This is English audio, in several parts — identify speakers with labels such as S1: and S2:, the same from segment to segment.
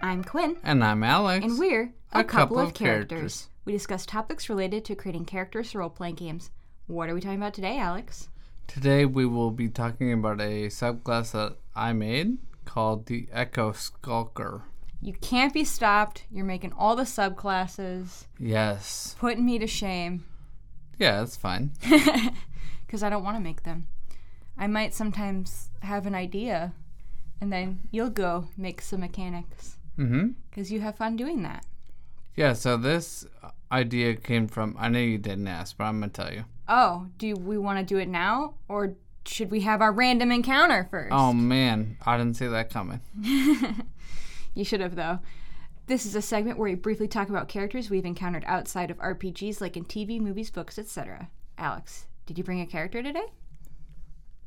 S1: I'm Quinn,
S2: And I'm Alex.
S1: and we're
S2: A
S1: a,
S2: Couple
S1: couple,
S2: of
S1: of characters.
S2: Characters.
S1: We discuss topics related to creating characters for role playing games. What are we talking about today, Alex?
S2: Today we will be talking about a subclass that I made called the Echo Skulker.
S1: You can't be stopped. You're making all the subclasses,
S2: Yes.
S1: putting me to shame
S2: Yeah, that's fine.
S1: because I don't want to make them. I might sometimes have an idea, and then you'll go make some mechanics
S2: mm-hmm.
S1: because you have fun doing that.
S2: Yeah, so this idea came from I know you didn't ask, but I'm gonna tell you.
S1: Oh, do we want to do it now, or should we have our random encounter first?
S2: Oh man, I didn't see that coming.
S1: You should have, though. This is a segment where we briefly talk about characters we've encountered outside of RPGs, like in TV, movies, books, etc. Alex, did you bring a character today?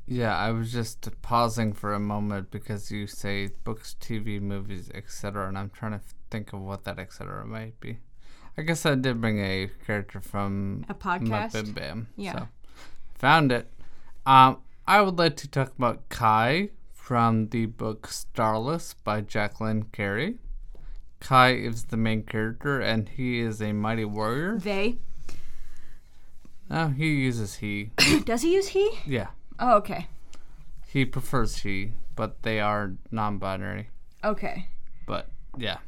S2: Yeah, I was just pausing for a moment because you say books, TV, movies, etc., and I'm trying to think of what that etc. might be. I guess I did bring a character from
S1: A podcast?
S2: Muppet Bam.
S1: Yeah.
S2: so. found it. Um, I would like to talk about Kai from the book Starless by Jacqueline Carey. Kai is the main character, and he is a mighty warrior.
S1: They.
S2: No, he uses he.
S1: Does he use he?
S2: yeah,
S1: Oh, okay.
S2: he prefers he, but they are non-binary.
S1: Okay.
S2: But yeah,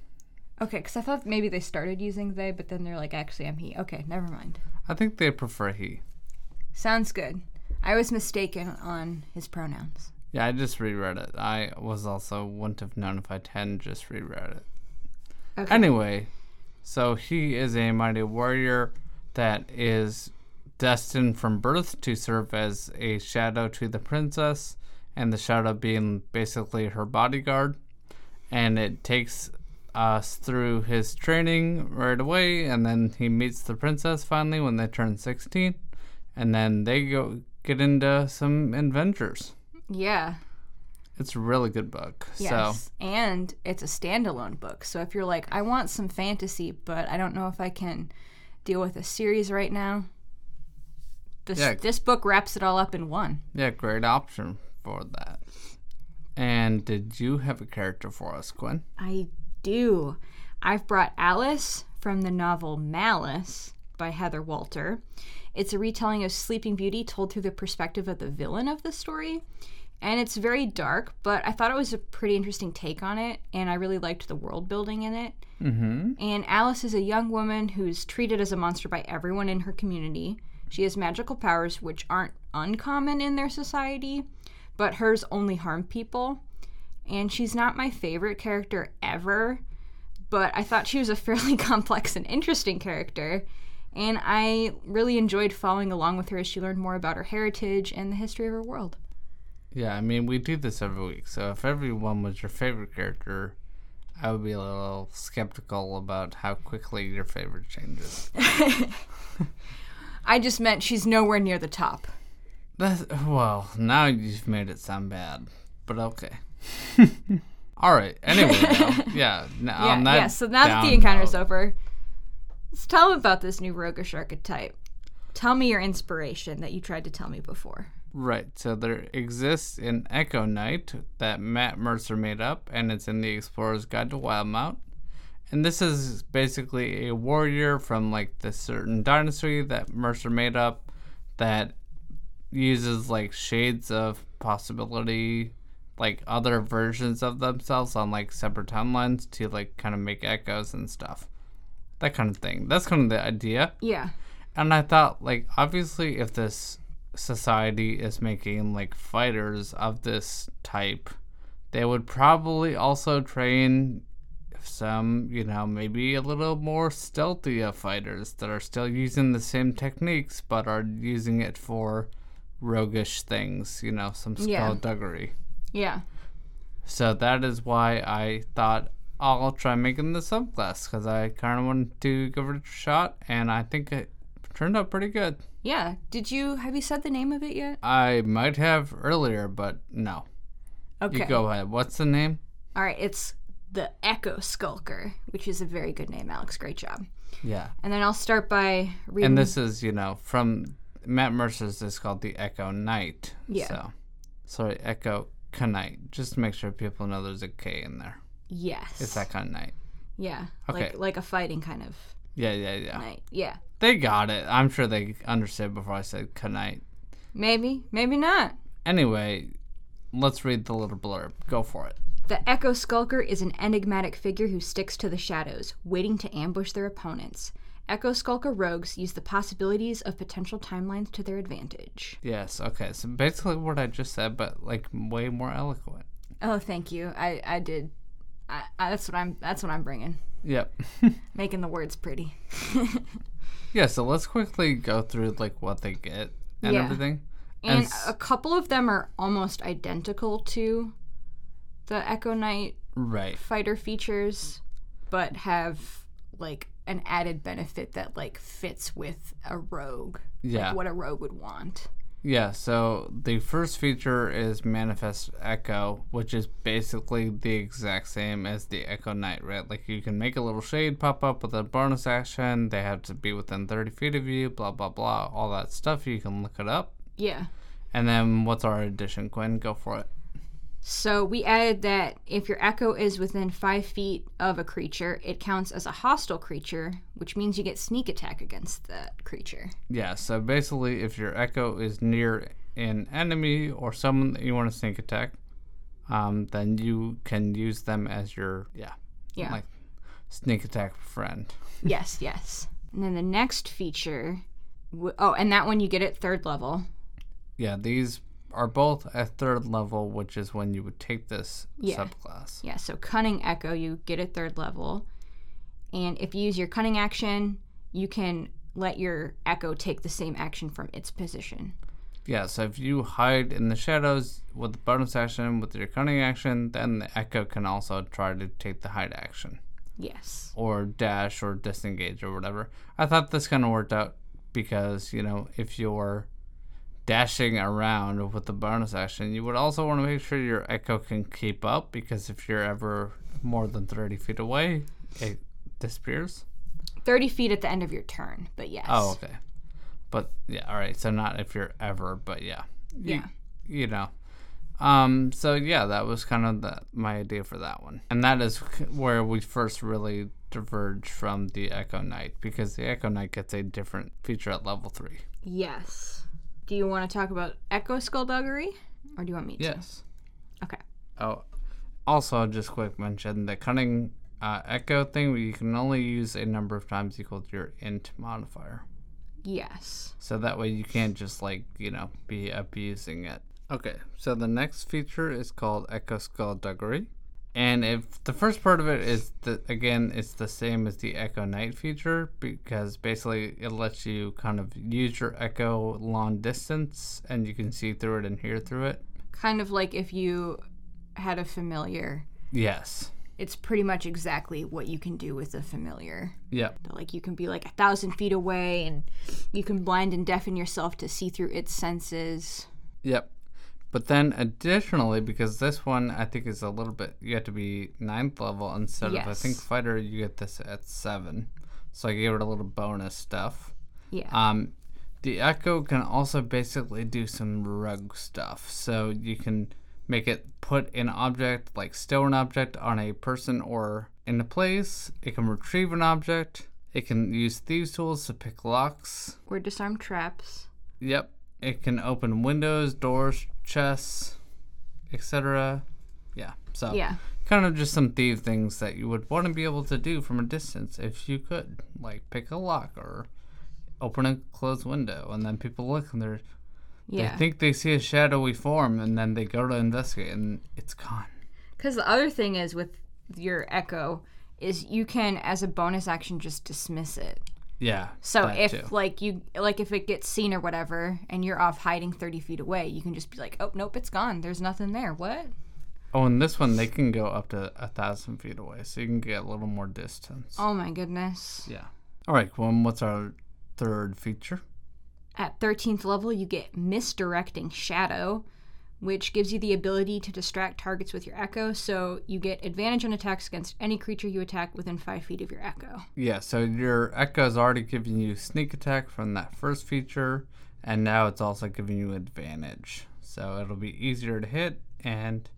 S1: Okay, because I thought maybe they started using they, but then they're like, actually, I'm he. Okay, never mind.
S2: I think they prefer he.
S1: Sounds good. I was mistaken on his pronouns.
S2: Yeah, I just reread it. I was also wouldn't have known if I hadn't just reread it.
S1: Okay.
S2: Anyway, so he is a mighty warrior that is destined from birth to serve as a shadow to the princess, and the shadow being basically her bodyguard. And it takes us through his training right away, and then he meets the princess finally when they turn 16, and then they go get into some adventures.
S1: Yeah.
S2: It's a really good book. So
S1: Yes. And it's a standalone book. So if you're like, I want some fantasy, but I don't know if I can deal with a series right now, this,
S2: Yeah.
S1: this book wraps it all up in one.
S2: yeah, great option for that. And did you have a character for us, Gwen?
S1: I do. I've brought Alice from the novel Malice by Heather Walter. It's a retelling of Sleeping Beauty told through the perspective of the villain of the story. And it's very dark, but I thought it was a pretty interesting take on it, and I really liked the world building in it.
S2: Mm-hmm.
S1: And Alice is a young woman who's treated as a monster by everyone in her community. She has magical powers which aren't uncommon in their society, but hers only harm people. And she's not my favorite character ever, but I thought she was a fairly complex and interesting character. And I really enjoyed following along with her as she learned more about her heritage and the history of her world.
S2: Yeah, I mean we do this every week, so if everyone was your favorite character, I would be a little skeptical about how quickly your favorite changes.
S1: I just meant she's nowhere near the top.
S2: That's, well, now you've made it sound bad, but okay. All right. Anyway, though, yeah. Now,
S1: Yeah,
S2: on that
S1: yeah. So now that the
S2: down
S1: encounter's
S2: note-
S1: over, let's tell them about this new roguish archetype. Tell me your inspiration that you tried to tell me before.
S2: Right. So there exists an Echo Knight that Matt Mercer made up, and it's in the Explorer's Guide to Wildemount. And this is basically a warrior from like this certain dynasty that Mercer made up that uses like shades of possibility, like other versions of themselves on like separate timelines to like kind of make echoes and stuff. That kind of thing. That's kind of the idea.
S1: Yeah.
S2: And I thought, like, obviously, if this society is making like fighters of this type, they would probably also train some, you know, maybe a little more stealthy of fighters that are still using the same techniques but are using it for roguish things, you know, some
S1: Yeah.
S2: skullduggery.
S1: Yeah.
S2: So that is why I thought I'll try making the subclass because I kind of wanted to give it a shot, and I think it turned out pretty good.
S1: Yeah. Did you have you said the name of it yet?
S2: I might have earlier, but no.
S1: Okay.
S2: You go ahead. What's the name?
S1: All right. It's the Echo Skulker, which is a very good name, Alex. Great job.
S2: Yeah.
S1: And then I'll start by reading.
S2: And this is, you know, from Matt Mercer's is called the Echo Knight.
S1: Yeah.
S2: So, sorry, Echo Knight. Just to make sure people know there's a K in there.
S1: Yes.
S2: It's that kind of night.
S1: yeah.
S2: Okay.
S1: Like like a fighting kind of
S2: Yeah, yeah, yeah.
S1: night. Yeah.
S2: They got it. I'm sure they understood before I said night.
S1: Maybe, maybe not.
S2: Anyway, let's read the little blurb. Go for it.
S1: The Echo Skulker is an enigmatic figure who sticks to the shadows, waiting to ambush their opponents. Echo Skulker rogues use the possibilities of potential timelines to their advantage.
S2: Yes. Okay. So basically what I just said, but like way more eloquent.
S1: Oh, thank you. I, I did. I, I, that's what I'm. That's what I'm bringing.
S2: Yep.
S1: Making the words pretty.
S2: yeah. So let's quickly go through like what they get and
S1: Yeah.
S2: everything.
S1: And
S2: s-
S1: a couple of them are almost identical to the Echo Knight
S2: right.
S1: fighter features, but have like an added benefit that like fits with a rogue.
S2: Yeah.
S1: What a rogue would want.
S2: Yeah, so the first feature is Manifest Echo, which is basically the exact same as the Echo Knight, right? Like you can make a little shade pop up with a bonus action. They have to be within 30 feet of you, blah, blah, blah, all that stuff. You can look it up.
S1: Yeah.
S2: And then what's our addition, Quinn? Go for it.
S1: So we added that if your echo is within five feet of a creature, it counts as a hostile creature, which means you get sneak attack against that creature.
S2: Yeah, so basically, if your Echo is near an enemy or someone that you want to sneak attack, um, then you can use them as your, yeah,
S1: Yeah.
S2: like sneak attack friend.
S1: yes, yes. And then the next feature, w- oh, and that one you get at third level.
S2: Yeah, these are both at third level, which is when you would take this
S1: Yeah.
S2: subclass.
S1: Yeah, so cunning echo you get at third level. And if you use your cunning action, you can let your echo take the same action from its position.
S2: Yeah, so if you hide in the shadows with the bonus action, with your cunning action, then the echo can also try to take the hide action
S1: Yes.
S2: or dash or disengage or whatever. I thought this kind of worked out because, you know, if you're dashing around with the bonus action, you would also want to make sure your echo can keep up because if you're ever more than 30 feet away, it disappears.
S1: 30 feet at the end of your turn, but yes.
S2: Oh, okay. But yeah, all right. So not if you're ever, but yeah. You-
S1: Yeah.
S2: You, know. Um. So yeah, that was kind of the, my idea for that one, and that is where we first really diverge from the Echo Knight because the Echo Knight gets a different feature at level three.
S1: Yes. Do you want to talk about Echo Skullduggery? Or do you want me to?
S2: Yes.
S1: Okay.
S2: Oh, also just quick mention the cunning uh, Echo thing. You can only use a number of times equal to your int modifier.
S1: Yes.
S2: So that way you can't just like, you know, be abusing it. Okay, so the next feature is called Echo Skullduggery. And if the first part of it is the again, it's the same as the Echo Knight feature because basically it lets you kind of use your Echo long distance and you can see through it and hear through it.
S1: Kind of like if you had a familiar,
S2: Yes.
S1: it's pretty much exactly what you can do with a familiar.
S2: Yep.
S1: But, Like you can be like a thousand feet away and you can blind and deafen yourself to see through its senses.
S2: Yep. But then additionally, because this one I think is a little bit, you have to be ninth level instead of, I think,
S1: Yes.
S2: fighter, you get this at seven. So I gave it a little bonus stuff.
S1: Yeah.
S2: Um, the Echo can also basically do some rogue stuff. So you can make it put an object, like stow an object, on a person or in a place. It can retrieve an object. It can use thieves' tools to pick locks.
S1: or disarm traps.
S2: Yep. It can open windows, doors, chests, etc. Yeah. So
S1: Yeah.
S2: kind of just some thief things that you would want to be able to do from a distance if you could, like pick a lock or open a closed window, and then people look and they're
S1: Yeah.
S2: they think they see a shadowy form, and then they go to investigate, and it's gone.
S1: Because the other thing is with your echo is you can, as a bonus action, just dismiss it.
S2: Yeah.
S1: So
S2: that
S1: if
S2: too.
S1: like you like if it gets seen or whatever, and you're off hiding thirty feet away, you can just be like, "Oh nope, it's gone. There's nothing there." What?
S2: oh, and this one they can go up to a thousand feet away, so you can get a little more distance.
S1: Oh my goodness!
S2: Yeah. All right, Gwen. What's our third feature?
S1: At thirteenth level, you get misdirecting shadow, which gives you the ability to distract targets with your echo. So you get advantage on attacks against any creature you attack within five feet of your echo.
S2: Yeah, so your Echo is already giving you sneak attack from that first feature, and now it's also giving you advantage. So it'll be easier to hit, and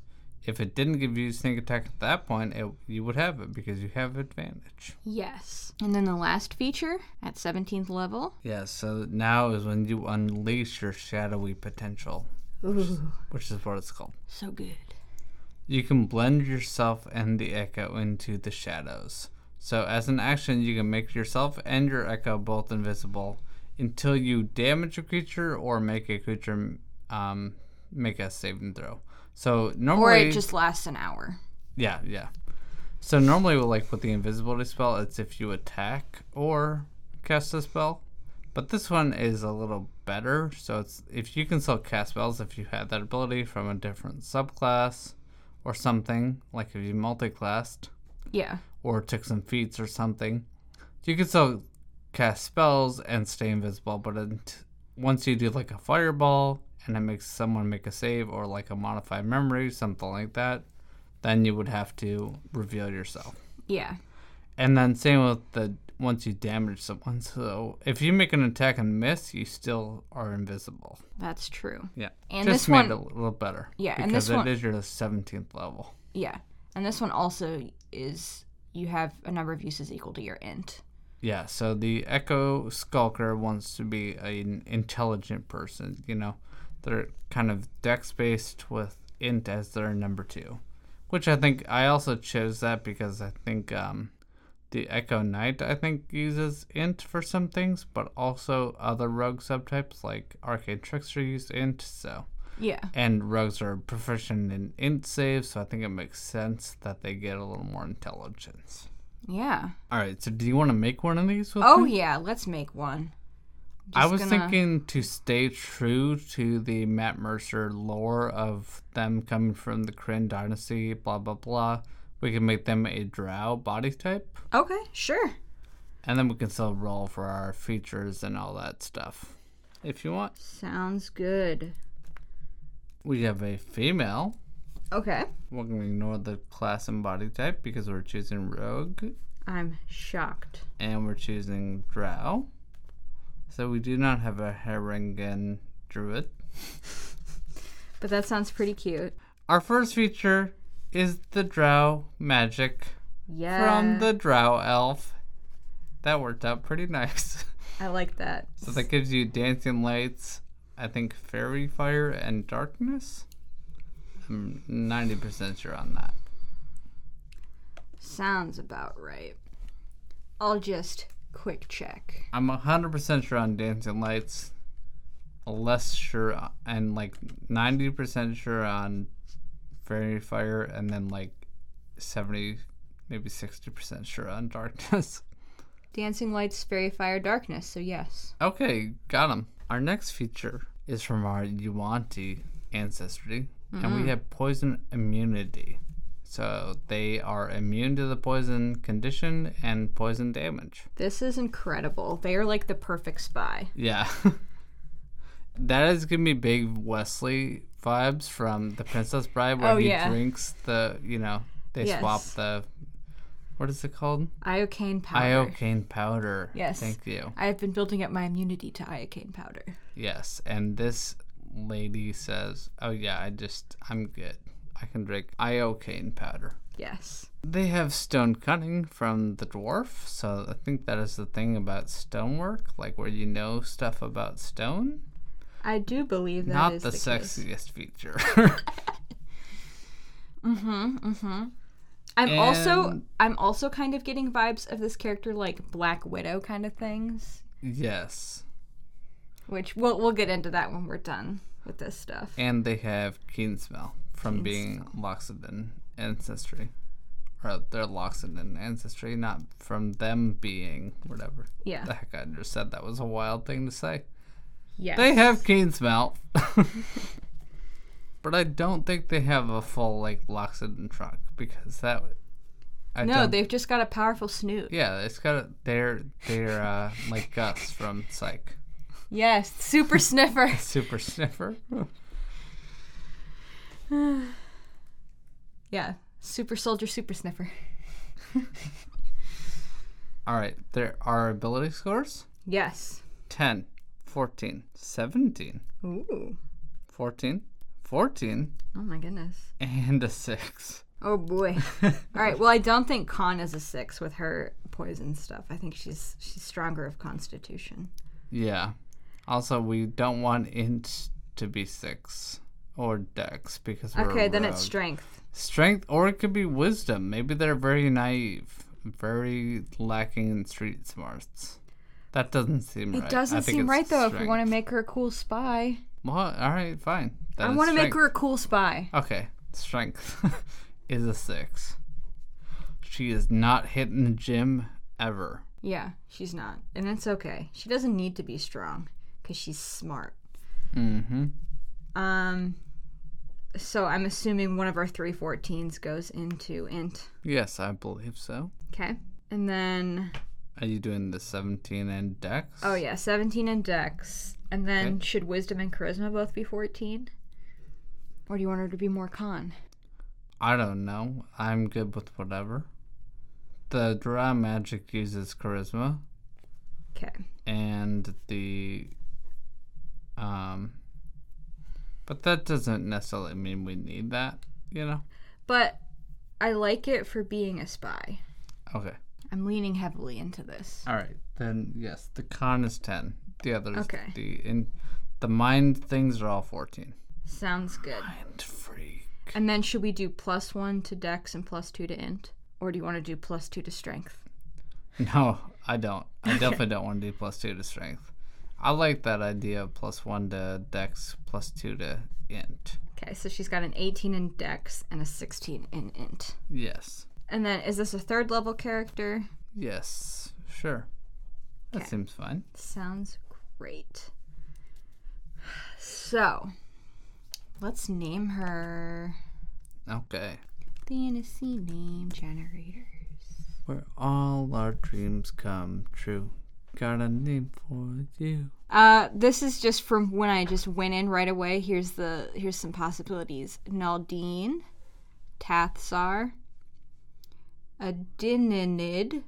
S2: if it didn't give you sneak attack at that point, it, you would have it because you have advantage.
S1: Yes. And then the last feature at 17th level.
S2: Yeah, so now is when you unleash your shadowy potential,
S1: Ooh,
S2: which is what it's called.
S1: so good.
S2: You can blend yourself and the echo into the shadows. So, as an action, you can make yourself and your echo both invisible until you damage a creature or make a creature um, make a saving throw. So normally,
S1: Or it just lasts an hour.
S2: yeah, yeah. So normally, with, like with the invisibility spell, it's if you attack or cast a spell. But this one is a little better. So it's if you can still cast spells if you had that ability from a different subclass or something, like if you multiclassed
S1: Yeah.
S2: or took some feats or something. You can still cast spells and stay invisible, but it, once you do like a fireball and it makes someone make a save or like a modified memory, something like that, then you would have to reveal yourself.
S1: Yeah.
S2: And then same with the once you damage someone. So if you make an attack and miss, you still are invisible.
S1: That's true.
S2: Yeah,
S1: And
S2: just
S1: this
S2: made
S1: one-
S2: it a little better.
S1: Yeah,
S2: because
S1: and this
S2: it
S1: one-
S2: is your seventeenth level.
S1: Yeah. And this one also is you have a number of uses equal to your int.
S2: Yeah, so the Echo Skulker wants to be an intelligent person. You know, they're kind of dex based with int as their number two, which I think I also chose that because I think um, the Echo Knight I think uses int for some things, but also other rogue subtypes like Arcade Trickster use int. So
S1: Yeah.
S2: and rogues are proficient in int saves, so I think it makes sense that they get a little more intelligence.
S1: Yeah.
S2: All right, so do you want to make one of these with
S1: Oh
S2: me?
S1: yeah, let's make one.
S2: Hmm. I
S1: Just
S2: was
S1: gonna-
S2: thinking to stay true to the Matt Mercer lore of them coming from the Kryn dynasty, blah blah blah. We can make them a drow body type,
S1: Okay, sure.
S2: and then we can still roll for our features and all that stuff. If you want,
S1: Sounds good.
S2: we have a female.
S1: Okay.
S2: We're going to ignore the class and body type because we're choosing rogue
S1: I'm shocked.
S2: and we're choosing drow. So we do not have a Harangan druid.
S1: But that sounds pretty cute.
S2: Our first feature is the drow magic
S1: Yeah.
S2: from the drow elf. That worked out pretty nice.
S1: I like that.
S2: so that gives you dancing lights, I think fairy fire and darkness. I'm 90% sure on that.
S1: Sounds about right. I'll just quick check.
S2: I'm 100% sure on dancing lights, less sure o- and like 90% sure on fairy fire and then like 70 maybe 60% sure on darkness.
S1: Dancing lights, fairy fire, darkness. So yes.
S2: Okay, got him. Our next feature is from our Yuanti ancestry,
S1: Mm-hmm.
S2: and we have poison immunity. So they are immune to the poison condition and poison damage.
S1: This is incredible. They are like the perfect spy.
S2: Yeah. that is giving me big Wesley vibes from The Princess Bride, where
S1: Oh,
S2: he
S1: yeah.
S2: drinks the, you know, they swap
S1: Yes.
S2: the, what is it called?
S1: Iocane powder.
S2: Iocane powder.
S1: Yes.
S2: Thank you.
S1: I have been building up my immunity to iocane powder.
S2: Yes, and this lady says, "Oh yeah, I just I'm good. I can drink iocane powder."
S1: Yes.
S2: They have stone cutting from the dwarf, so I think that is the thing about stonework, like where you know stuff about stone.
S1: I do believe that
S2: Not
S1: is
S2: the,
S1: the case.
S2: sexiest feature.
S1: I'm also
S2: And-
S1: I'm also kind of getting vibes of this character like Black Widow kind of things,
S2: yes,
S1: which we'll we'll get into that when we're done with this stuff.
S2: and they have keen smell from being Loxodon ancestry, or their Loxodon ancestry, not from them being whatever.
S1: yeah.
S2: The heck, I just said that was a wild thing to say.
S1: Yes.
S2: They have keen smell. but I don't think they have a full, like, Loxodon trunk because that. I
S1: no,
S2: don't-
S1: they've just got a powerful snoot.
S2: Yeah, it's got a, they're they're uh, like Gus from Psych,
S1: Yes, super sniffer.
S2: super sniffer.
S1: Yeah, super soldier, super sniffer.
S2: All right, there are ability scores:
S1: Yes.
S2: 10, 14, 17,
S1: Ooh.
S2: 14, 14
S1: Oh my goodness.
S2: and a 6.
S1: Oh boy. All right. Well, I don't think Con is a six with her poison stuff. I think she's she's stronger of constitution.
S2: Yeah. Also, we don't want int to be 6 or dex because we're
S1: Okay, then it's
S2: rogue.
S1: strength.
S2: strength or it could be wisdom. Maybe they're very naive, very lacking in street smarts. That doesn't seem right.
S1: It
S2: I
S1: doesn't
S2: think
S1: seem
S2: it's
S1: right though. If we
S2: strength.
S1: want to make her a cool spy,
S2: Well, all right, fine. Then
S1: I
S2: it's
S1: want to make
S2: strength.
S1: her a cool spy.
S2: Okay, strength is a six. She is not hitting the gym ever.
S1: Yeah, she's not, and it's okay. She doesn't need to be strong because she's smart.
S2: Mm-hmm.
S1: Um, so I'm assuming one of our three 14s goes into int.
S2: Yes, I believe so.
S1: Okay, and then
S2: Are you doing the 17 and dex?
S1: oh yeah, 17 and dex, and then
S2: Okay.
S1: should wisdom and charisma both be 14? Or do you want her to be more con?
S2: I don't know. I'm good with whatever. The draw magic uses charisma.
S1: Okay,
S2: and the um but that doesn't necessarily mean we need that you know
S1: but I like it for being a spy.
S2: okay
S1: I'm leaning heavily into this.
S2: all right then yes the con is 10 the others
S1: Okay.
S2: the in the mind things are all 14
S1: Sounds good.
S2: and free
S1: And then should we do plus one to dex and plus two to int? Or do you want to do plus two to strength?
S2: no i don't i definitely don't want to do plus two to strength i like that idea of plus one to dex plus two to int
S1: Okay, so she's got an 18 in dex and a 16 in int.
S2: yes
S1: And then is this a third level character?
S2: yes sure that seems fine
S1: Sounds great. So, let's name her
S2: okay
S1: Fantasy Name Generator.
S2: Where all our dreams come true. Got a name for you.
S1: Uh, this is just from when I just went in right away. Here's the here's some possibilities: Naldine, Tathsar, Adininid,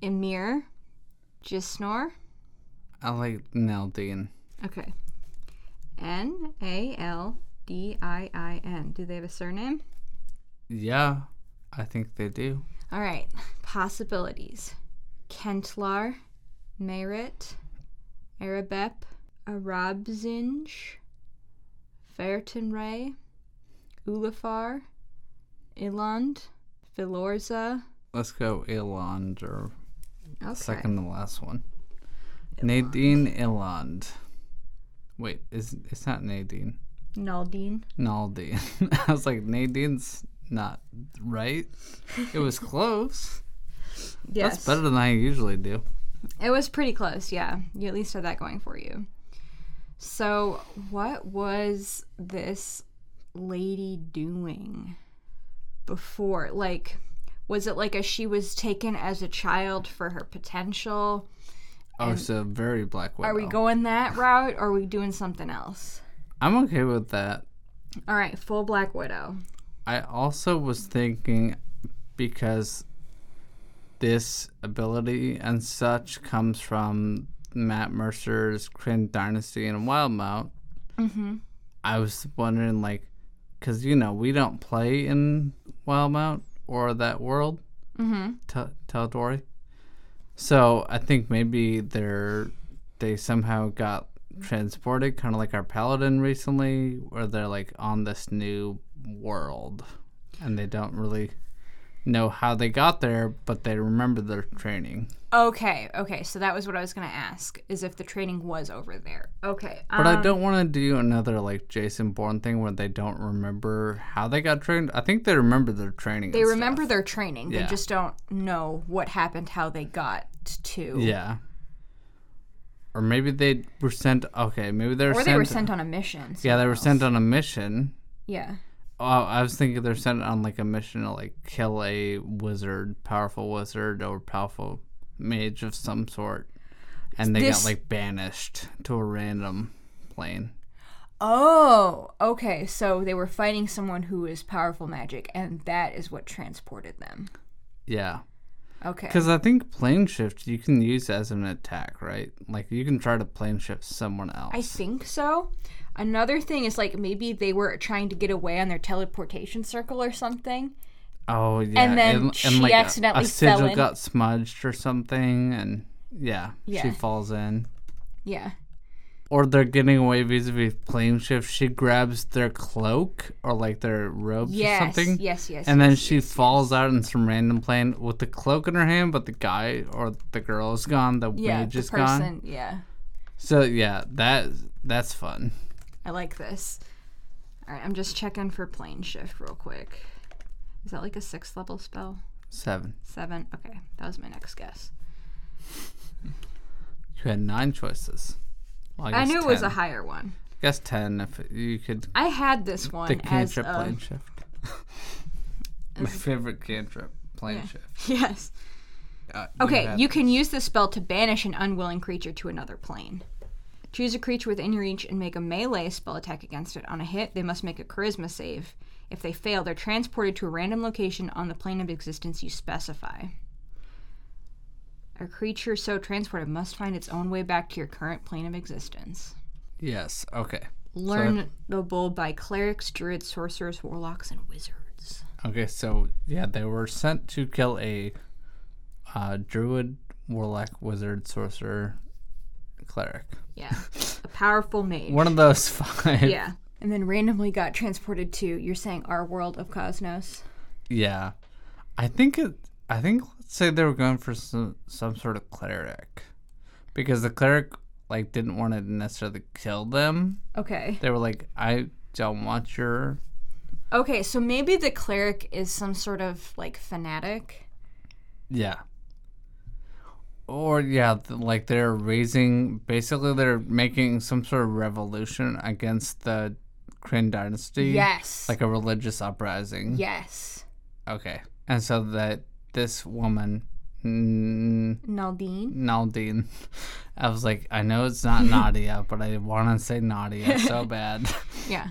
S1: Emir, Jisnor.
S2: I like Naldine.
S1: Okay. N A L D I I N. Do they have a surname?
S2: Yeah, I think they do.
S1: All right. Possibilities: Kentlar, Merit, Arabep, Arabzinj, Vertinray, Ulafar, Iland, Filorza.
S2: Let's go Iland or
S1: Okay.
S2: second to last one. Nadine Iland. Wait, is it's not Nadine.
S1: Naldine.
S2: Naldine. I was like, Nadine's not right. It was close.
S1: Yes.
S2: That's better than I usually do.
S1: It was pretty close, yeah. You at least had that going for you. So, what was this lady doing before? Like, was it like a she was taken as a child for her potential?
S2: Oh, so very Black Widow.
S1: Are we going that route or are we doing something else?
S2: I'm okay with that.
S1: All right, full Black Widow.
S2: I also was thinking because this ability and such comes from Matt Mercer's Kryn Dynasty and Wildmount.
S1: Mm-hmm.
S2: I was wondering, like, because you know we don't play in Wildmount or that world,
S1: Mm-hmm.
S2: Tel Dory. So I think maybe they're they somehow got transported, kind of like our paladin recently, where they're like on this new world, and they don't really know how they got there, but they remember their training.
S1: Okay, okay. So that was what I was going to ask is if the training was over there. Okay. um,
S2: But I don't want to do another like Jason Bourne thing where they don't remember how they got trained. I think they remember their training.
S1: They
S2: and
S1: remember their training. They
S2: Yeah.
S1: just don't know what happened, how they got to.
S2: stuff. Yeah. Or maybe they were sent. Okay, maybe they were
S1: Or
S2: sent.
S1: they were sent on a mission.
S2: yeah, they were
S1: somewhere
S2: sent on a mission.
S1: else. Yeah.
S2: Oh, I was thinking they're sent on like a mission to like kill a wizard, powerful wizard or powerful mage of some sort, and they
S1: This-
S2: got like banished to a random plane.
S1: Oh, okay. So they were fighting someone who is powerful magic, and that is what transported them.
S2: Yeah,
S1: Okay.
S2: Because I think plane shift you can use as an attack, right? Like you can try to plane shift someone else.
S1: I think so. Another thing is like maybe they were trying to get away on their teleportation circle or something.
S2: oh yeah,
S1: then she
S2: a-
S1: accidentally
S2: a sigil
S1: fell in.
S2: got smudged or something, and yeah, she
S1: Yeah.
S2: falls in.
S1: Yeah.
S2: Or they're getting away vis-a-vis plane shift. She grabs their cloak or like their robes
S1: Yes.
S2: or something.
S1: Yes. Yes.
S2: And then she falls out in some random plane with the cloak in her hand, but the guy or the girl is gone. The
S1: yeah.
S2: mage
S1: The
S2: is
S1: person.
S2: gone.
S1: Yeah.
S2: So yeah, that that's fun.
S1: I like this. All right. I'm just checking for plane shift real quick. Is that like a sixth level spell?
S2: Seven.
S1: Seven. Okay. That was my next guess.
S2: You had nine choices. Well,
S1: I
S2: guess
S1: knew it was a
S2: 10.
S1: higher one.
S2: guess ten if you could.
S1: I had this one
S2: The
S1: as
S2: cantrip
S1: a,
S2: plane shift. My favorite cantrip plane shift.
S1: yes.
S2: Uh,
S1: Okay,
S2: had-
S1: you can use this spell to banish an unwilling creature to another plane. Choose a creature within your reach and make a melee spell attack against it. On a hit, they must make a charisma save. If they fail, they're transported to a random location on the plane of existence you specify. A creature so transported must find its own way back to your current plane of existence.
S2: Yes. Okay.
S1: Learnable by clerics, druids, sorcerers, warlocks, and wizards.
S2: Okay. So yeah, they were sent to kill a uh, druid, warlock, wizard, sorcerer, cleric.
S1: Yeah. a powerful mage.
S2: One of those five.
S1: Yeah. And then randomly got transported to, you're saying, our world of Cosmos.
S2: Yeah. I think it I think let's say they were going for some some sort of cleric. Because the cleric like didn't want to necessarily kill them.
S1: Okay.
S2: They were like, I don't want your
S1: Okay, so maybe the cleric is some sort of like fanatic.
S2: Yeah. Or yeah, th- like they're raising basically they're making some sort of revolution against the Kryn dynasty.
S1: Yes.
S2: Like a religious uprising.
S1: yes.
S2: Okay. And so that this woman mm,
S1: Naldine?
S2: Naldine. I was like, I know it's not Nadia, but I want to say Nadia so bad.
S1: Yeah.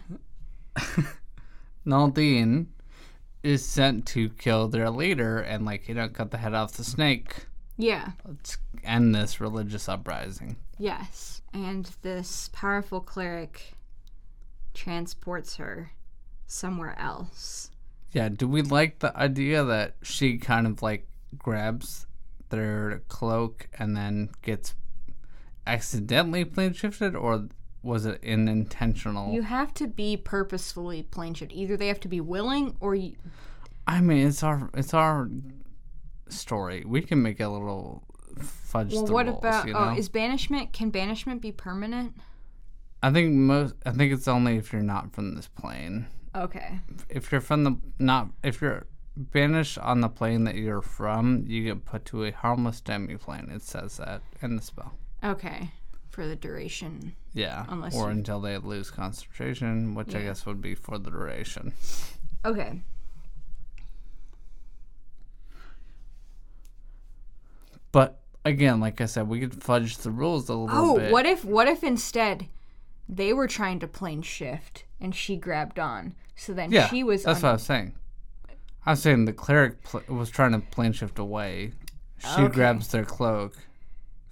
S2: Naldine is sent to kill their leader and, like, you know, cut the head off the snake.
S1: Yeah.
S2: Let's end this religious uprising.
S1: Yes. And this powerful cleric transports her somewhere else.
S2: Yeah, do we like the idea that she kind of, like, grabs their cloak and then gets accidentally plane shifted, or was it an intentional?
S1: You have to be purposefully plane shifted. Either they have to be willing or you,
S2: I mean, it's our it's our story. We can make it a little fudge
S1: Well,
S2: the
S1: what
S2: rules,
S1: about
S2: you know?
S1: oh, is banishment can banishment be permanent?
S2: I think most. I think it's only if you're not from this plane.
S1: Okay.
S2: If you're from the not, if you're banished on the plane that you're from, you get put to a harmless demi plane. It says that in the spell.
S1: Okay. For the duration.
S2: Yeah,
S1: Unless
S2: or
S1: you-
S2: until they lose concentration, which I guess would be for the duration.
S1: Okay.
S2: But again, like I said, we could fudge the rules a little
S1: Oh,
S2: bit.
S1: what if what if instead they were trying to plane shift and she grabbed on. So then
S2: Yeah,
S1: she was
S2: That's
S1: un-
S2: what I was saying. I was saying the cleric pl- was trying to plane shift away. She
S1: Okay.
S2: grabs their cloak,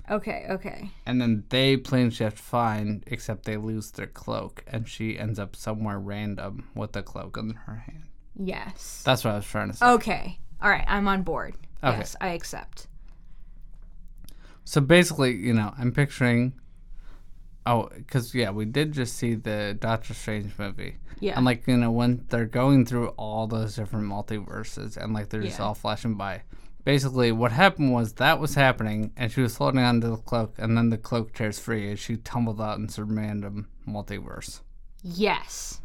S1: Okay, okay.
S2: and then they plane shift fine, except they lose their cloak, and she ends up somewhere random with the cloak in her hand.
S1: Yes.
S2: That's what I was trying to say.
S1: Okay. All right, I'm on board.
S2: Okay.
S1: Yes, I accept.
S2: So basically, you know, I'm picturing. Oh, because yeah, we did just see the Doctor Strange movie.
S1: Yeah.
S2: And like you know when they're going through all those different multiverses and like they're just
S1: Yeah.
S2: all flashing by. Basically, what happened was that was happening, and she was holding onto the cloak, and then the cloak tears free, and she tumbled out in some random multiverse.
S1: yes.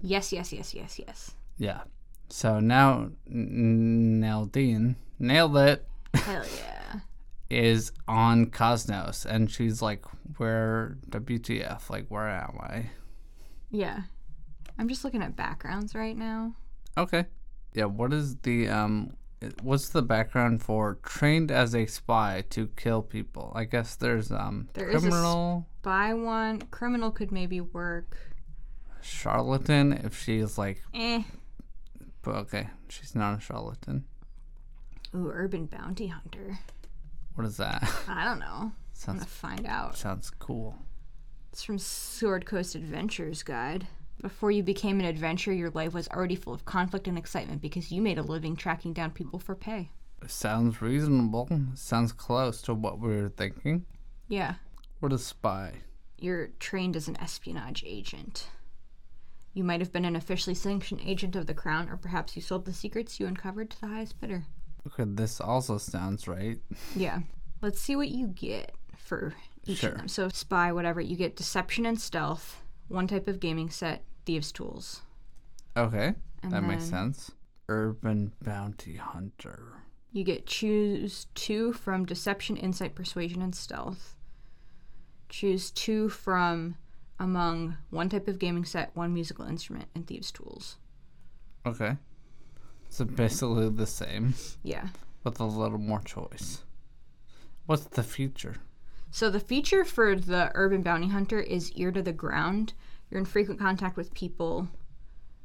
S1: Yes, yes, yes, yes, yes.
S2: Yeah. So now N- Naldine nailed it
S1: Hell yeah.
S2: is on Cosmos, and she's like, "Where WTF? Like, where am I?"
S1: Yeah. I'm just looking at backgrounds right now.
S2: Okay. Yeah, what is the um what's the background for trained as a spy to kill people? I guess there's um
S1: There is a s-
S2: criminal
S1: Buy one. Criminal could maybe work.
S2: charlatan if she's like
S1: Eh.
S2: but okay, she's not a charlatan.
S1: Ooh, urban bounty hunter.
S2: What is that?
S1: I don't know. I'm
S2: sounds
S1: gonna find out.
S2: sounds cool.
S1: It's from Sword Coast Adventures Guide. Before you became an adventurer, your life was already full of conflict and excitement because you made a living tracking down people for pay.
S2: Sounds reasonable. Sounds close to what we were thinking.
S1: Yeah.
S2: What a spy.
S1: You're trained as an espionage agent. You might have been an officially sanctioned agent of the crown, or perhaps you sold the secrets you uncovered to the highest bidder.
S2: Okay, this also sounds right.
S1: Yeah. Let's see what you get for each
S2: Sure.
S1: of them. So, spy, whatever, you get deception and stealth, one type of gaming set, thieves' tools.
S2: Okay,
S1: And
S2: that makes
S1: then-
S2: sense. Urban bounty hunter.
S1: You get choose two from deception, insight, persuasion, and stealth. Choose two from among one type of gaming set, one musical instrument, and thieves' tools.
S2: Okay. So basically the same,
S1: Yeah.
S2: with a little more choice. What's the feature?
S1: So the feature for the urban bounty hunter is ear to the ground. You're in frequent contact with people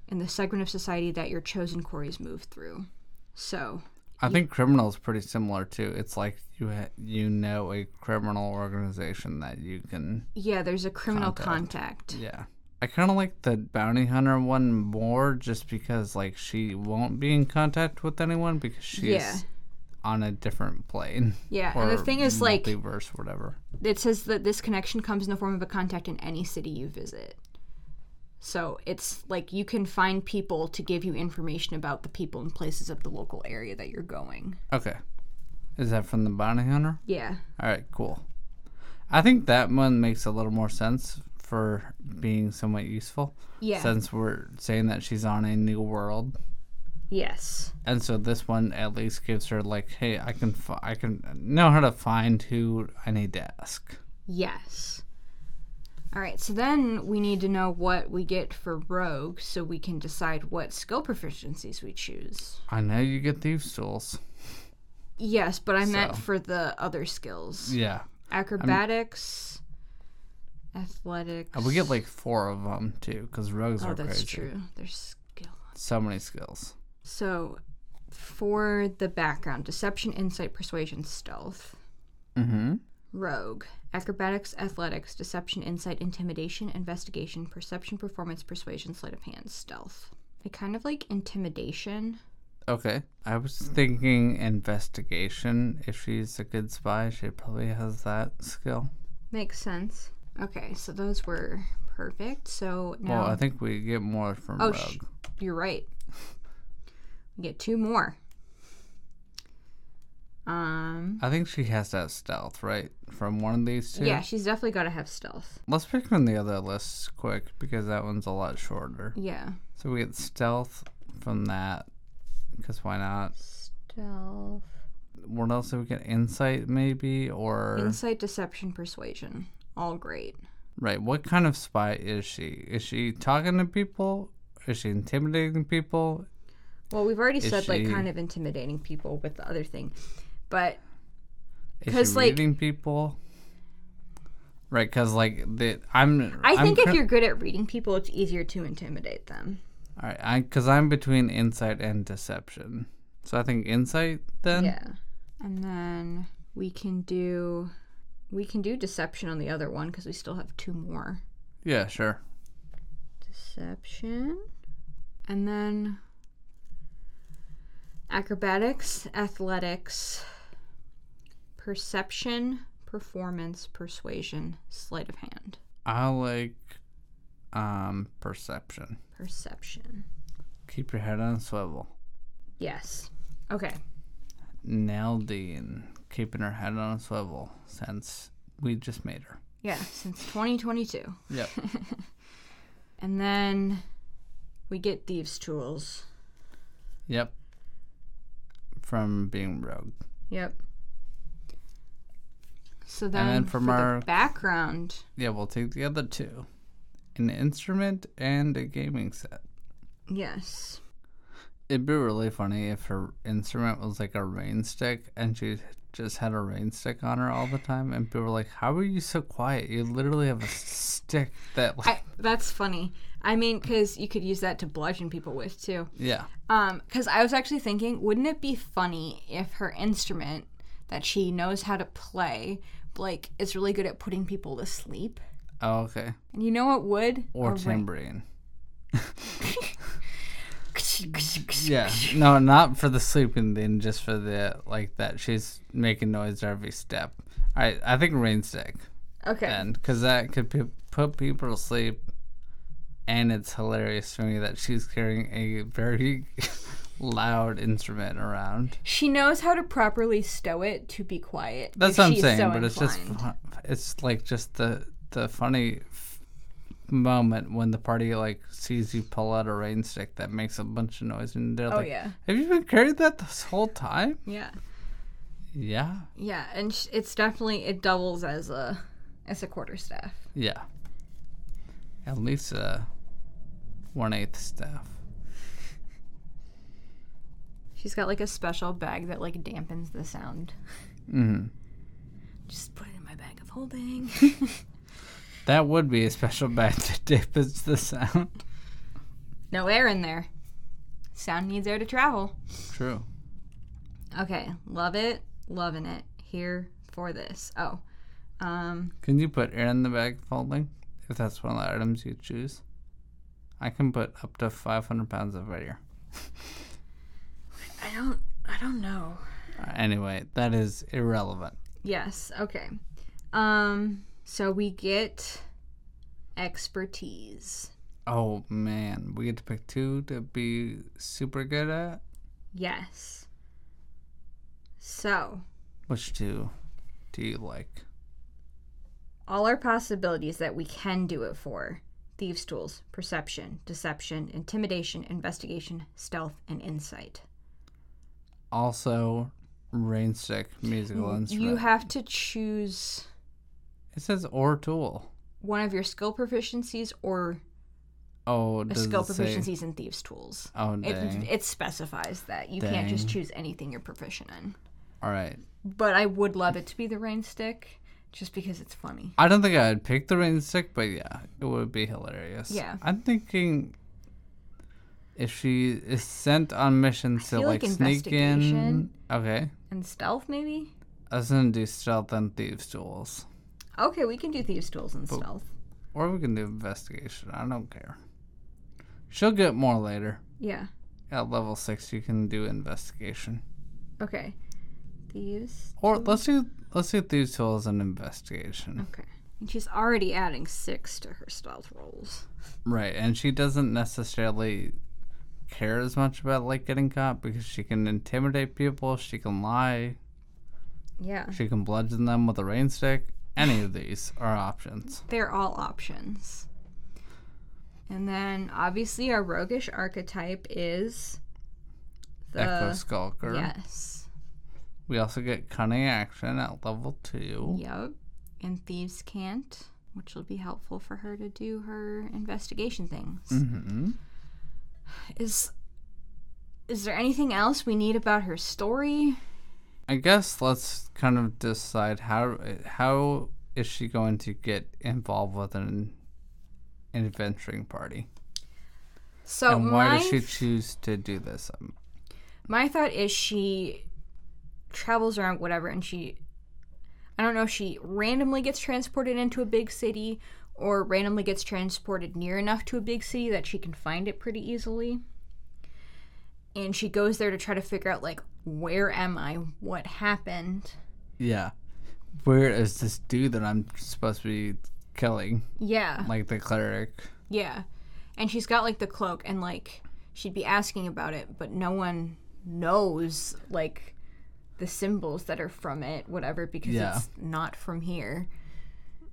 S1: in the segment of society that your chosen quarries move through. So
S2: I think criminal is pretty similar too. It's like you ha- you know a criminal organization that you can
S1: yeah, there's a criminal
S2: Contact.
S1: contact.
S2: yeah. I kind of like the bounty hunter one more just because like she won't be in contact with anyone because she's
S1: Yeah.
S2: on a different plane.
S1: Yeah, and the
S2: or
S1: thing is, like-
S2: multiverse whatever.
S1: It says that this connection comes in the form of a contact in any city you visit. So it's like you can find people to give you information about the people and places of the local area that you're going.
S2: Okay. Is that from the bounty hunter?
S1: Yeah.
S2: All right, cool. I think that one makes a little more sense for being somewhat useful
S1: Yeah.
S2: since we're saying that she's on a new world.
S1: yes.
S2: And so this one at least gives her like, hey, I can fi- I can know how to find who I need to ask.
S1: Yes. All right, so then we need to know what we get for rogue so we can decide what skill proficiencies we choose.
S2: I know you get thieves tools.
S1: Yes, but I meant
S2: So-
S1: for the other skills
S2: Yeah,
S1: acrobatics, athletics.
S2: we get like four of them too because rogues
S1: Oh,
S2: are
S1: that's
S2: crazy.
S1: true. There's skill.
S2: So many skills.
S1: So for the background deception, insight, persuasion, stealth.
S2: Mm-hmm.
S1: Rogue. Acrobatics, athletics, deception, insight, intimidation, investigation, perception, performance, persuasion, sleight of hand, stealth. I kind of like intimidation.
S2: Okay. I was
S1: Mm.
S2: thinking investigation. If she's a good spy, she probably has that skill.
S1: Makes sense. Okay, so those were perfect. So now
S2: Well, I think we get more from
S1: Oh,
S2: Oh, Rogue.
S1: sh- you're right. We get two more. Um
S2: I think she has that stealth, right? From one of these two?
S1: yeah, she's definitely got to have stealth.
S2: Let's pick from the other lists quick because that one's a lot shorter.
S1: Yeah.
S2: So we get stealth from that because why not?
S1: Stealth.
S2: What else do we get? Insight maybe? Or.
S1: Insight, deception, persuasion. All great.
S2: right. What kind of spy is she? Is she talking to people? Is she intimidating people?
S1: Well, we've already
S2: Is
S1: said like
S2: she-
S1: kind of intimidating people with the other thing, but
S2: Is
S1: 'Cause,
S2: she
S1: like-
S2: reading people? Right, because like the I'm.
S1: I
S2: I'm
S1: think
S2: cur-
S1: if you're good at reading people, it's easier to intimidate them.
S2: all right, I because I'm between insight and deception, so I think insight then.
S1: Yeah, and then we can do we can do deception on the other one because we still have two more
S2: Yeah, sure.
S1: deception, and then acrobatics, athletics, perception, performance, persuasion, sleight of hand,
S2: I like um perception.
S1: perception.
S2: Keep your head on a swivel.
S1: Yes. Okay.
S2: Naldine keeping her head on a swivel since we just made her.
S1: Yeah, since 2022.
S2: Yep.
S1: And then we get thieves' tools.
S2: yep. From being rogue.
S1: Yep. So then,
S2: then
S1: from
S2: from
S1: for
S2: our-
S1: the background,
S2: Yeah, we'll take the other two, an instrument and a gaming set.
S1: yes.
S2: It'd be really funny if her instrument was like a rain stick and she just had a rain stick on her all the time and people were like, How are you so quiet? You literally have a s- stick that like
S1: I, that's funny. I mean, because you could use that to bludgeon people with too.
S2: yeah
S1: Um, because I was actually thinking, wouldn't it be funny if her instrument that she knows how to play, like, is really good at putting people to sleep?
S2: oh, okay
S1: And you know what would?
S2: or
S1: A ra-
S2: tambourine yeah no not for the sleeping thing just for the like that she's making noise every step I I think rain stick
S1: Okay.
S2: then because that could pe- put people to sleep and it's hilarious to me that she's carrying a very loud instrument around
S1: She knows how to properly stow it to be quiet.
S2: That's
S1: if
S2: what I'm
S1: she's
S2: saying,
S1: so
S2: but it's just
S1: inclined.
S2: fu- it's like just the the funny f- moment when the party like sees you pull out a rain stick that makes a bunch of noise and they're
S1: Oh,
S2: like,
S1: yeah.
S2: "Have you been carrying that this whole time?"
S1: Yeah.
S2: Yeah,
S1: Yeah, and sh- it's definitely it doubles as a as a quarter staff.
S2: yeah. At least uh, one eighth staff.
S1: She's got like a special bag that like dampens the sound.
S2: Mm-hmm.
S1: Just put it in my bag of holding.
S2: That would be a special bag that dampens the sound.
S1: no air in there. Sound needs air to travel.
S2: True.
S1: Okay, love it, loving it. Here for this. Oh, um,
S2: Can you put air in the bag folding if that's one of the items you choose? I can put up to 500 pounds of air.
S1: I don't, I don't know.
S2: Anyway, that is irrelevant.
S1: Yes. Okay. Um. So we get expertise.
S2: Oh man, we get to pick two to be super good at.
S1: Yes. So
S2: Which two do you like?
S1: all our possibilities that we can do it for: thieves' tools, perception, deception, intimidation, investigation, stealth, and insight.
S2: Also, rainstick musical instrument.
S1: You have to choose
S2: it says or tool.
S1: one of your skill proficiencies or
S2: Oh,
S1: a
S2: does
S1: skill
S2: it say?
S1: proficiencies in thieves' tools.
S2: Oh
S1: It,
S2: dang!
S1: it specifies that you can't just
S2: Dang.
S1: choose anything you're proficient in.
S2: All right.
S1: But I would love it to be the rain stick, just because it's funny.
S2: I don't think I'd pick the rainstick, but yeah, it would be hilarious.
S1: Yeah.
S2: I'm thinking if she is sent on missions to
S1: feel
S2: like,
S1: like
S2: sneak in.
S1: investigation.
S2: Okay,
S1: And stealth, maybe.
S2: I was gonna do stealth and thieves tools.
S1: Okay, we can do thieves' tools and stealth.
S2: Or we can do investigation. I don't care. She'll get more later.
S1: Yeah.
S2: At level six, you can do investigation.
S1: Okay. Thieves.
S2: Or let's do let's do thieves tools and investigation.
S1: Okay. And she's already adding six to her stealth rolls.
S2: Right, and she doesn't necessarily care as much about like getting caught because she can intimidate people. She can lie.
S1: Yeah.
S2: She can bludgeon them with a rain stick. Any of these are options.
S1: They're all options. And then obviously our roguish archetype is the
S2: Echo Skulker.
S1: Yes.
S2: We also get cunning action at level two.
S1: Yep. And thieves can't, which will be helpful for her to do her investigation things.
S2: Mm-hmm.
S1: Is is there anything else we need about her story?
S2: I guess let's kind of decide how how is she going to get involved with an, an adventuring party,
S1: So
S2: and why
S1: my
S2: does she choose to do this? Um,
S1: my thought is she travels around whatever and she I don't know if she randomly gets transported into a big city or randomly gets transported near enough to a big city that she can find it pretty easily. And she goes there to try to figure out like where am I? What happened?
S2: Yeah, where is this dude that I'm supposed to be killing,
S1: Yeah.
S2: like the cleric?
S1: Yeah. And she's got like the cloak and like she'd be asking about it, but no one knows like the symbols that are from it, whatever, because
S2: Yeah.
S1: it's not from here.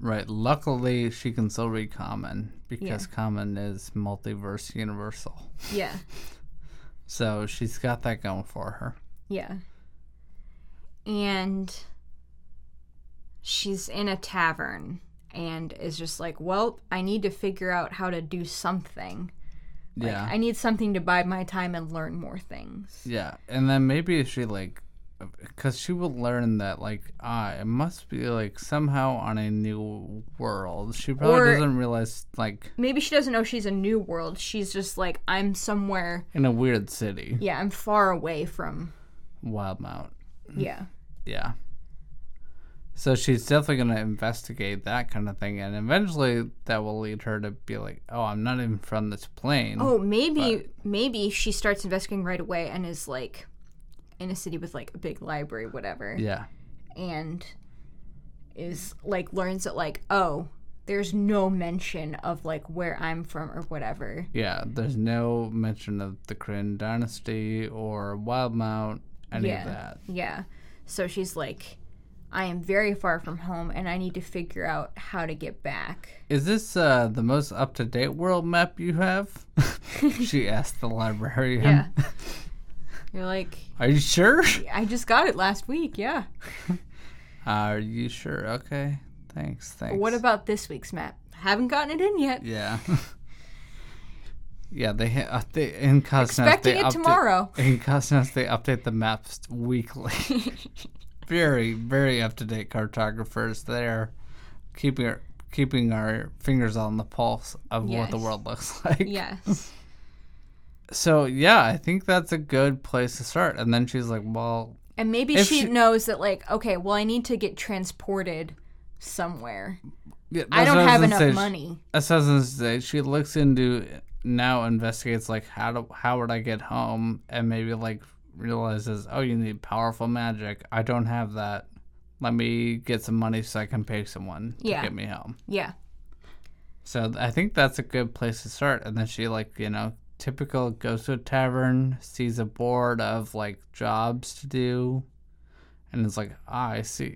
S2: Right. Luckily, she can still read common because common is multiverse universal.
S1: Yeah.
S2: So she's got that going for her.
S1: Yeah. And she's in a tavern and is just like, Well, I need to figure out how to do something. Like,
S2: yeah.
S1: I need something to buy my time and learn more things.
S2: Yeah, and then maybe if she like because she will learn that like ah it must be like somehow on a new world she probably
S1: Or-
S2: doesn't realize like
S1: Maybe she doesn't know she's a new world. She's just like, I'm somewhere.
S2: in a weird city
S1: Yeah, I'm far away from.
S2: wild mount
S1: Yeah.
S2: yeah so she's definitely going to investigate that kind of thing and eventually that will lead her to be like oh i'm not even from this plane
S1: Oh, maybe maybe she starts investigating right away and is like in a city with like a big library, whatever,
S2: yeah
S1: and is like learns that like oh, there's no mention of like where I'm from or whatever.
S2: yeah there's no mention of the kryn dynasty or wild mount any
S1: Yeah.
S2: of that
S1: Yeah. So she's like, I am very far from home and I need to figure out how to get back.
S2: Is this uh, the most up to date world map you have? she asked the librarian.
S1: Yeah. You're like,
S2: Are you sure?
S1: I just got it last week. Yeah.
S2: Are you sure? Okay. Thanks. Thanks.
S1: What about this week's map? Haven't gotten it in yet.
S2: Yeah. yeah, they, ha- uh, they in Cosmos.
S1: Expecting
S2: they
S1: it
S2: update-
S1: tomorrow.
S2: In Cosmos, they update the maps weekly. very, very up to date cartographers there, keeping our, keeping our fingers on the pulse of what the
S1: Yes.
S2: world looks like.
S1: Yes.
S2: So yeah, I think that's a good place to start. And then she's like, "Well,
S1: And maybe
S2: If
S1: she,
S2: she-
S1: knows that, like, okay, well, I need to get transported somewhere.
S2: yeah,
S1: I
S2: that's what
S1: don't
S2: was
S1: have
S2: gonna
S1: enough
S2: say. She-
S1: money.
S2: Assassin's Day. She looks into now investigates like how do how would I get home and maybe like realizes oh you need powerful magic. I don't have that. Let me get some money so I can pay someone
S1: Yeah.
S2: to get me home.
S1: Yeah.
S2: So I think that's a good place to start. And then she like you know typical goes to a tavern, sees a board of like jobs to do, and is like ah I see.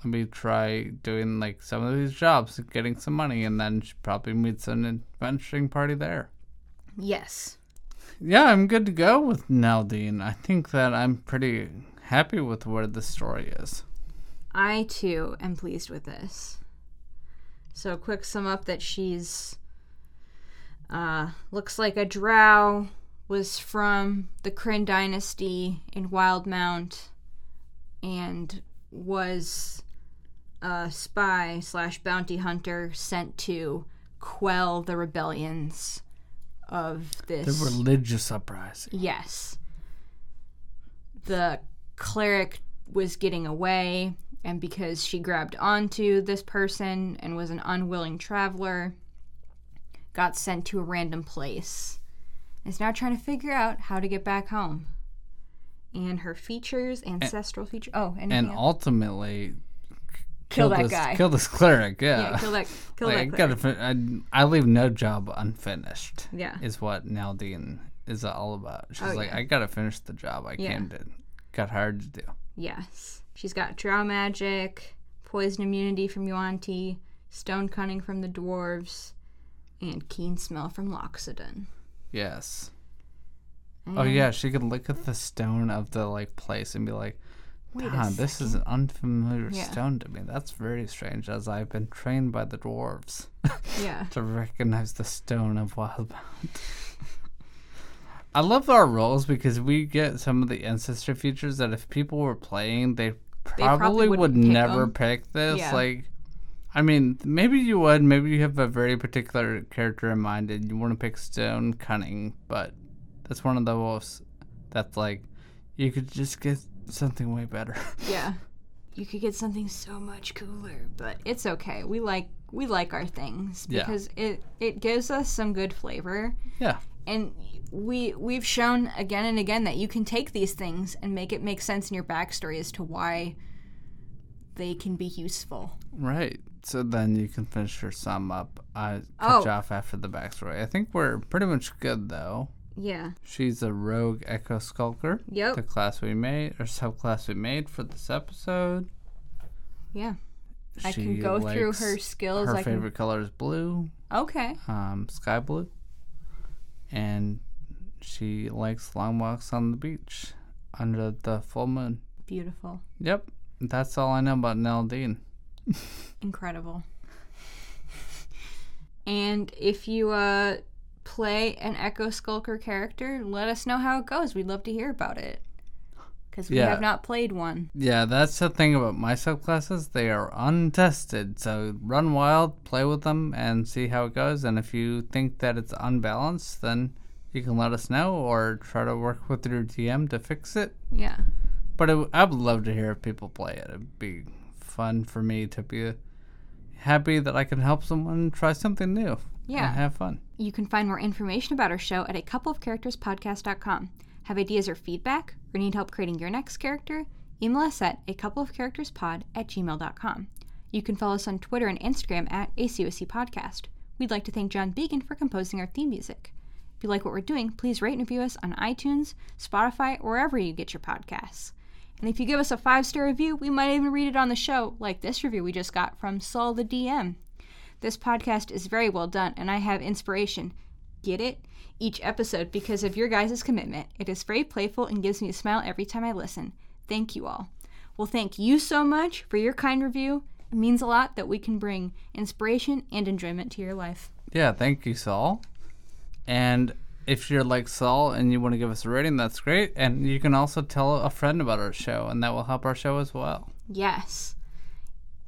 S2: Let me try doing like some of these jobs, and getting some money, and then she probably meets an adventuring party there.
S1: Yes.
S2: Yeah, I'm good to go with Naldine. I think that I'm pretty happy with where the story is.
S1: I, too, am pleased with this. So, quick sum up that she's. Uh, looks like a drow was from the Kryn dynasty in Wildmount and was a spy slash bounty hunter sent to quell the rebellions of this.
S2: The religious uprising.
S1: Yes. The cleric was getting away, and because she grabbed onto this person and was an unwilling traveler, got sent to a random place. Is now trying to figure out how to get back home. And her features, ancestral feature. Oh, and,
S2: And
S1: yeah.
S2: ultimately,
S1: kill, that
S2: this,
S1: guy.
S2: Kill this cleric. Yeah.
S1: yeah, kill that. Kill
S2: Like,
S1: that. cleric.
S2: I, gotta fin- I, I leave no job unfinished.
S1: Yeah.
S2: Is what Naldine is all about. She's like,
S1: Oh, yeah.
S2: I gotta finish the job I came to, got hired to do.
S1: Yes. She's got drow magic, poison immunity from Yuan-Ti, stone cunning from the dwarves, and keen smell from Loxodon.
S2: Yes. Oh yeah, she could look at the stone of the like place and be like,
S1: Wait a
S2: "Damn, this is an unfamiliar
S1: Yeah.
S2: stone to me. That's very strange, as I've been trained by the dwarves
S1: Yeah.
S2: to recognize the stone of Wildbound." I love our roles because we get some of the ancestor features that if people were playing, they probably,
S1: wouldn't
S2: would
S1: pick
S2: never
S1: 'em.
S2: pick this.
S1: Yeah.
S2: Like, I mean, maybe you would. Maybe you have a very particular character in mind and you want to pick Stone Cunning, but that's one of those that's like, you could just get something way better.
S1: Yeah. You could get something so much cooler, but it's okay. We like we like our things
S2: Yeah.
S1: because it it gives us some good flavor.
S2: yeah.
S1: And we we've shown again and again that you can take these things and make it make sense in your backstory as to why they can be useful.
S2: Right. So then you can finish your sum up. I
S1: Oh.
S2: cut you off after the backstory. I think we're pretty much good, though.
S1: Yeah.
S2: She's a rogue echo skulker.
S1: Yep.
S2: The class we made or subclass we made for this episode.
S1: Yeah. I can go through her skills.
S2: Her
S1: I can.
S2: favorite color is blue,
S1: Okay.
S2: um, sky blue, and she likes long walks on the beach under the full moon.
S1: Beautiful.
S2: Yep, that's all I know about Nell Dean.
S1: Incredible. And if you uh, play an Echo Skulker character, let us know how it goes. We'd love to hear about it. because we
S2: Yeah.
S1: have not played one.
S2: Yeah, that's the thing about my subclasses. They are untested. So run wild, play with them, and see how it goes. And if you think that it's unbalanced, then you can let us know or try to work with your DM to fix it.
S1: Yeah.
S2: But it, I would love to hear if people play it. It'd be fun for me to be happy that I can help someone try something new.
S1: Yeah.
S2: And have fun.
S1: You can find more information about our show at a couple of characters podcast.com. Have ideas or feedback, or need help creating your next character? Email us at a couple of characters pod at gmail.com. You can follow us on Twitter and Instagram at ACOC Podcast. We'd like to thank John Began for composing our theme music. If you like what we're doing, please rate and review us on iTunes, Spotify, or wherever you get your podcasts. And if you give us a five star review, we might even read it on the show, like this review we just got from Saul the DM. This podcast is very well done, and I have inspiration. Get it? Each episode because of your guys' commitment. It is very playful and gives me a smile every time I listen. Thank you all. Well, thank you so much for your kind review. It means a lot that we can bring inspiration and enjoyment to your life.
S2: Yeah, thank you, Saul. And if you're like Saul and you want to give us a rating, that's great. And you can also tell a friend about our show, and that will help our show as well.
S1: Yes.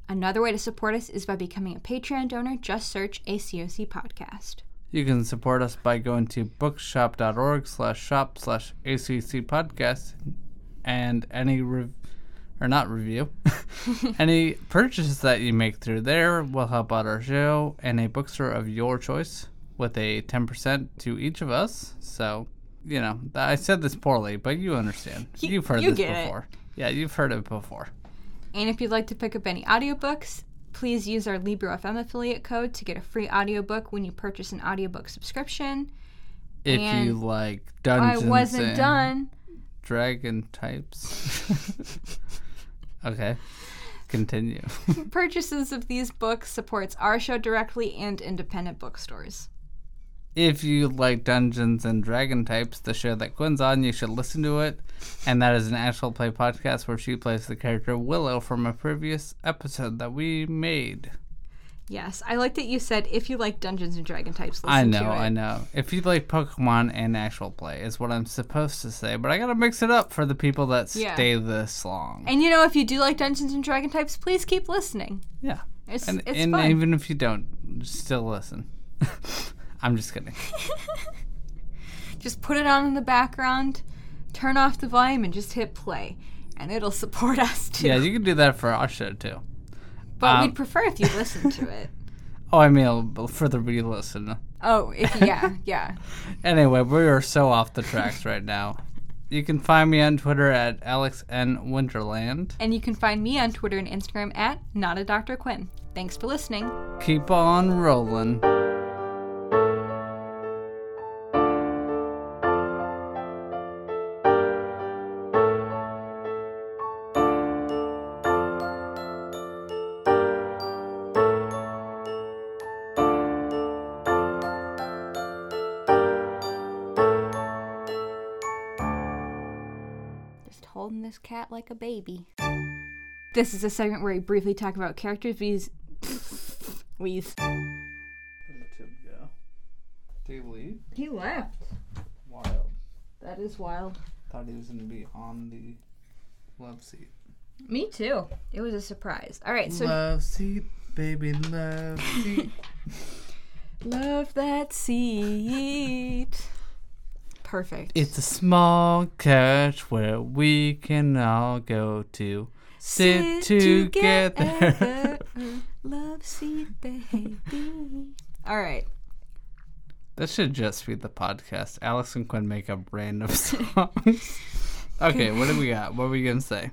S1: Another way to support us is by becoming a Patreon donor. Just search ACOC Podcast.
S2: You can support us by going to bookshop.org slash shop slash ACC podcast and any rev- or not review, any purchase that you make through there will help out our show and a bookstore of your choice with a 10% to each of us. So, you know, th- I said this poorly, but you understand.
S1: You-
S2: have heard
S1: you
S2: this
S1: get it.
S2: before. Yeah, you've heard it before.
S1: And if you'd like to pick up any audiobooks, please use our Libro FM affiliate code to get a free audiobook when you purchase an audiobook subscription.
S2: If you
S1: And
S2: like
S1: I
S2: Dungeons
S1: wasn't
S2: and
S1: done.
S2: Dragon types. okay. Continue.
S1: Purchases of these books supports our show directly and independent bookstores.
S2: if you like Dungeons and Dragon types, the show that Quinn's on, you should listen to it. And that is an actual play podcast where she plays the character Willow from a previous episode that we made.
S1: Yes, I like that you said if you like Dungeons and Dragon types, listen
S2: I
S1: to
S2: know,
S1: it.
S2: I know. If you like Pokemon and actual play, is what I'm supposed to say, but I gotta mix it up for the people that
S1: Yeah.
S2: stay this long.
S1: And you know, if you do like Dungeons and Dragon types, please keep listening.
S2: yeah.
S1: It's
S2: And,
S1: it's
S2: and
S1: fun.
S2: even if you don't, still listen. I'm just kidding.
S1: Just put it on in the background, turn off the volume, and just hit play, and it'll support us too.
S2: Yeah, you can do that for our show too.
S1: but
S2: um,
S1: we'd prefer if you listen to it.
S2: Oh, I mean, for the re listen.
S1: Oh, if, yeah, yeah.
S2: Anyway, we are so off the tracks right now. You can find me on Twitter at AlexNWinterland.
S1: And you can find me on Twitter and Instagram at not a Dr. Quinn. Thanks for listening.
S2: Keep on rolling.
S1: Just holding this cat like a baby. This is a segment where we briefly talk about characters we's we's.
S2: Did he leave?
S1: He left.
S2: Wild.
S1: That is wild.
S2: Thought he was going to be on the love seat.
S1: Me too. It was a surprise. All right, so
S2: love seat, baby, love seat.
S1: love that seat. Perfect.
S2: it's a small couch where we can all go to sit, together.
S1: love seat, baby. All right.
S2: That should just be the podcast. Alex and Quinn make up random songs. okay, what do we got? What are we gonna say?